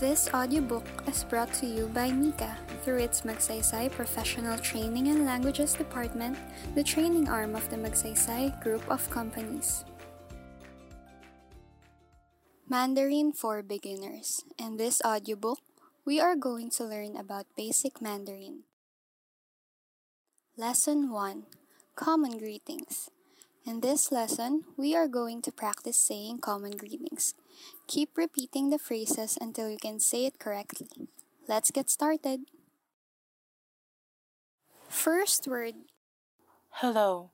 This audiobook is brought to you by Nika through its Magsaysay Professional Training and Languages Department, the training arm of the Magsaysay Group of Companies. Mandarin for Beginners. In this audiobook, we are going to learn about basic Mandarin. Lesson 1 Common Greetings. In this lesson, we are going to practice saying common greetings. Keep repeating the phrases until you can say it correctly. Let's get started. First word Hello.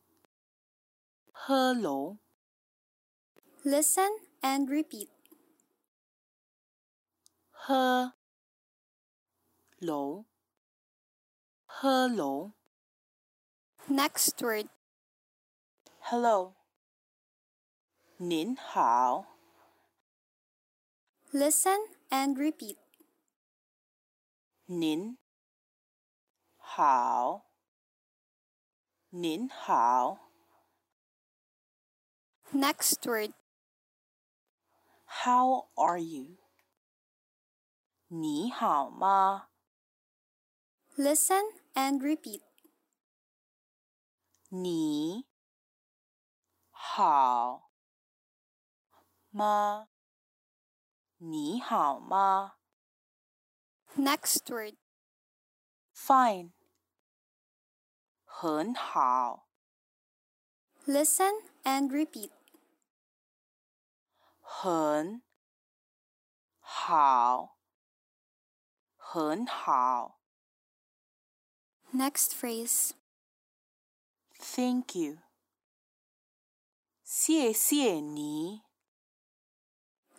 Hello. listen and repeat. Hello. Hello. Next word Hello. 您好。 listen and repeat. 您好。您好。 Next word How are you? 你好吗？ listen and repeat. 你好吗？你好吗？ Next word Fine，很好， listen and repeat. 很好，很好。 Next phrase Thank you，谢谢你，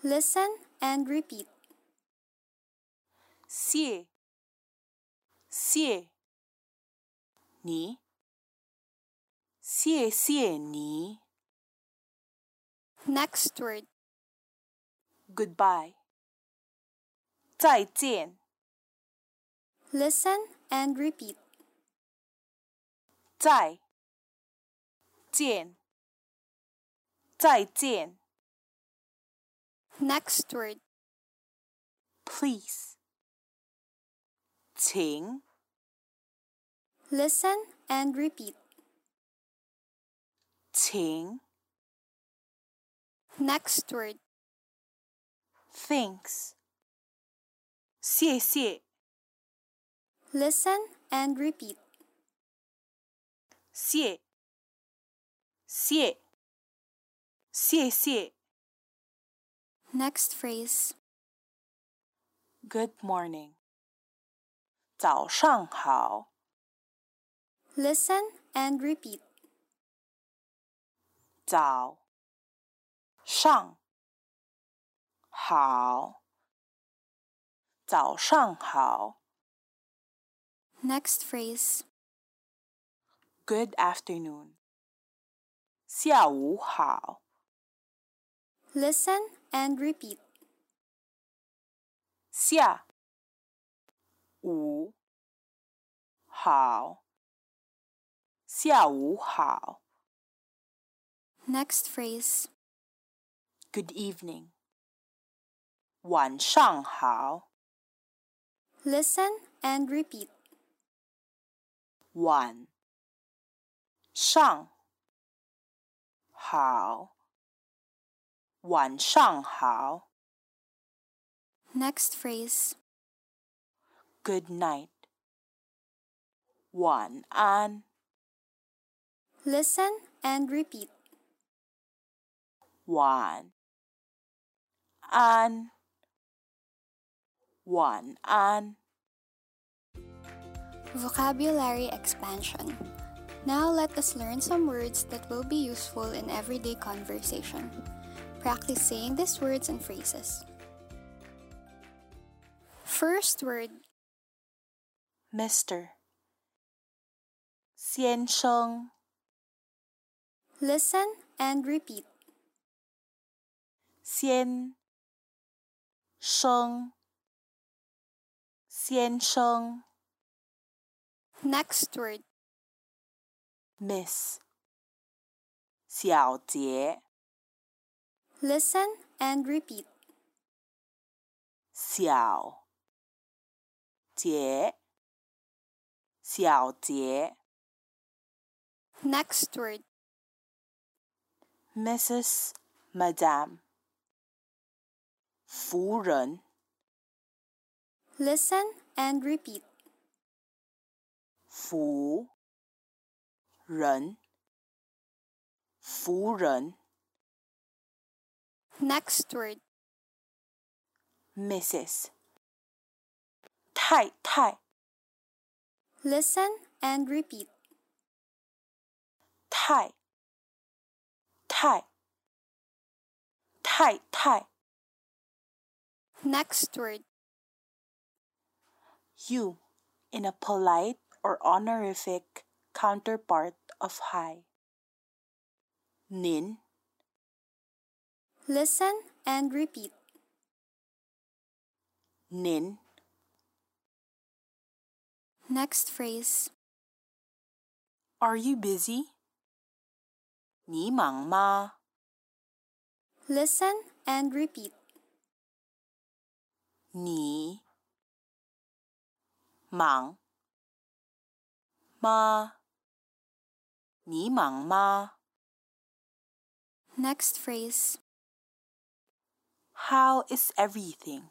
listen and repeat. 谢谢你，谢谢你。 Next word Goodbye，再见， listen and repeat. 再见，再见。 Next word please. 请 listen and repeat. 请 Next word thanks. 谢谢 listen and repeat. 谢谢谢谢。 Next phrase Good morning. 早上好， listen and repeat. 早上好，早上好。 Next phrase Good afternoon. 下午好， listen and repeat. 下午好，下午好。 Next phrase Good evening，晚上好， listen and repeat. 晚上好，晚上好。 Next phrase Good night，晚安， listen and repeat. 晚安，晚安。 Vocabulary expansion. Now let us learn some words that will be useful in everyday conversation. Practice saying these words and phrases. First word Mr. 先生， listen and repeat. 先生，先生 Next word ，Miss 小姐， listen and repeat. 小小节，小节 Next word, ，Mrs. Madam，夫人， listen and repeat. 夫人，夫人 Next word, ，Mrs. 太太， listen and repeat. 太太太太 Next word, you in a polite or honorific counterpart of high. Nin, listen and repeat. nin, Next phrase, are you busy? Ni mang ma, listen and repeat. ni mang ma, ni mang ma. Next phrase, How is everything?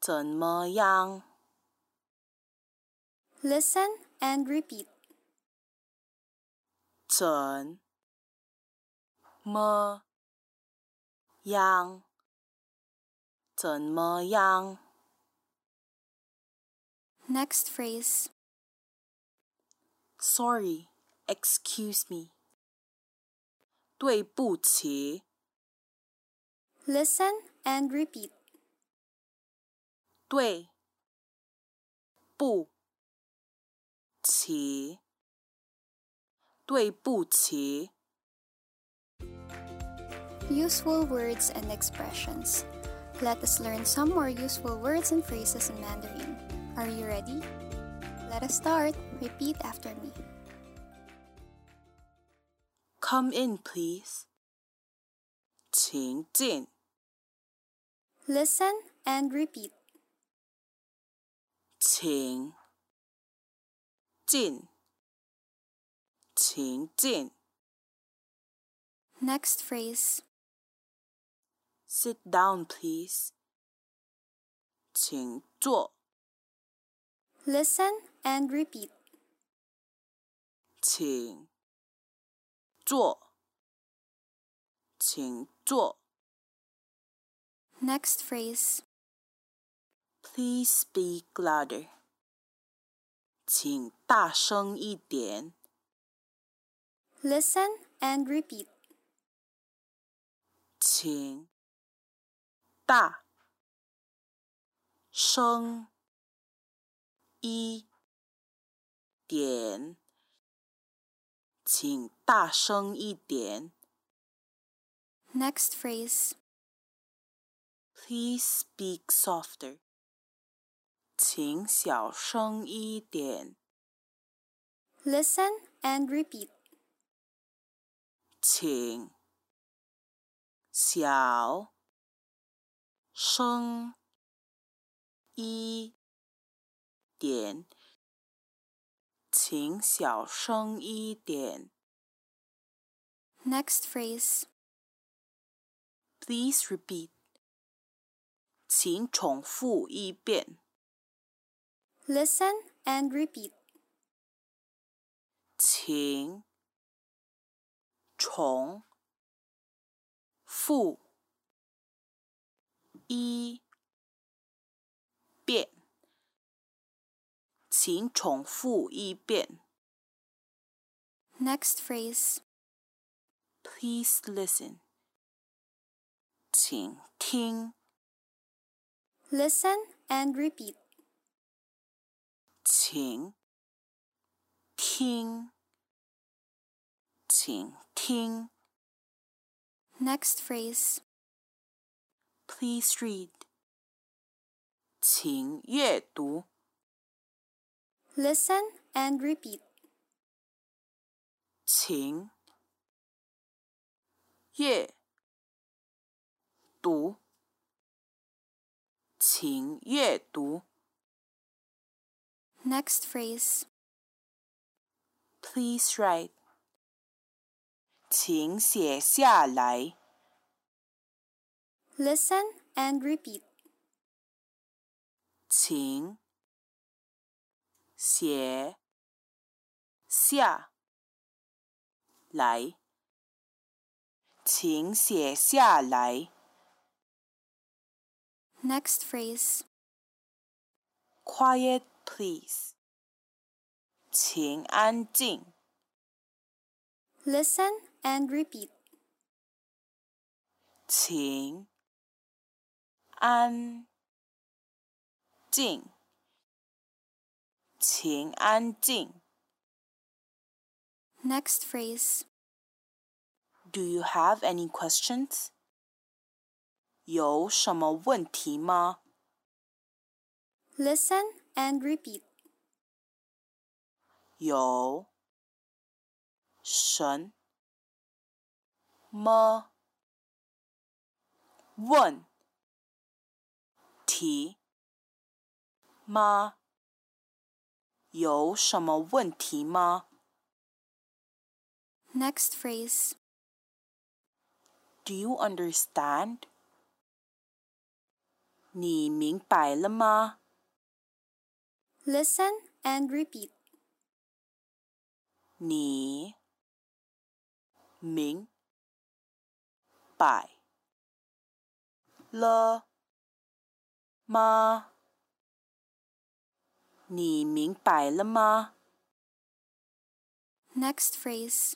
怎么样？ listen and repeat. 怎么样？怎么样？ Next phrase, Sorry, excuse me. 对不起， listen and repeat. 对不起，对不起。 Useful words and expressions. Let us learn some more useful words and phrases in Mandarin. Are you ready? Let us start. Repeat after me. Come in, please. 请进， Listen and repeat. 请进，请进。 Next phrase, Sit down, please. 请坐， listen and repeat. 请坐，请坐。 Next phrase, Please speak louder. 请大声一点， listen and repeat. 请大声一点，请大声一点。 Next phrase, Please speak softer. 请小声一点。 listen and repeat. 请小声一点。请小声一点。 Next phrase, Please repeat. 请重复一遍。 listen and repeat. 请重复一遍，请重复一遍。 Next phrase, Please listen，请听， listen and repeat. 请听，请听。 Next phrase, Please read，请阅读。 listen and repeat. 请阅读，请阅读。 Next phrase Please write. 请写下来。 listen and repeat. 请写下来，请写下来。 Next phrase Quiet, please. 请安静， listen and repeat. 请安静，请安静。 Next phrase Do you have any questions? 有什么问题吗？ listen and repeat. 有什么问题吗？有什么问题吗 Next phrase ？Do you understand？你明白了吗？ listen and repeat. 你明白了吗？你明白了吗 Next phrase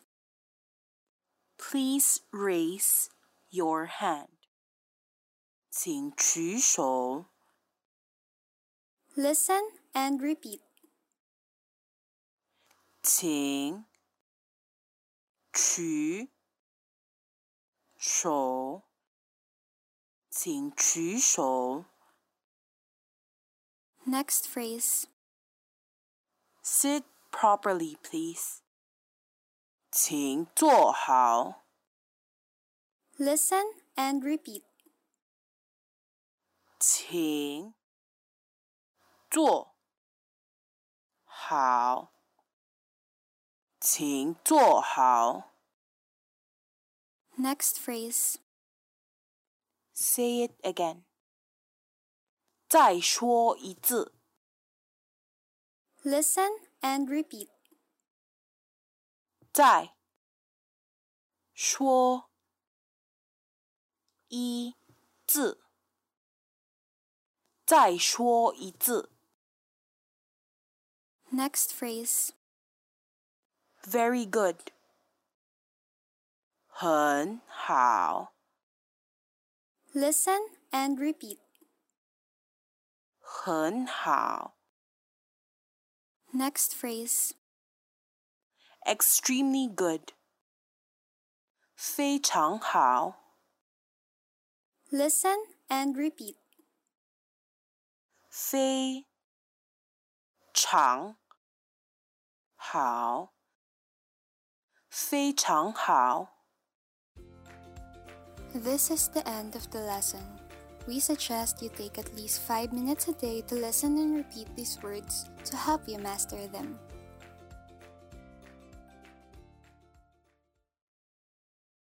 ？Please raise your hand. 请举手。 listen and repeat. 请举手，请举手。 Next phrase Sit properly, please. 请坐好， listen and repeat. 请坐好，请坐好。 Next phrase Say it again. 再说一次， listen and repeat. 再说一次，再说一次。 Next phrase Very good. 很好， listen and repeat. 很好。 Next phrase Extremely good. 非常好， listen and repeat. 非常好，非常好。 This is the end of the lesson. We suggest you take at least 5 minutes a day to listen and repeat these words to help you master them.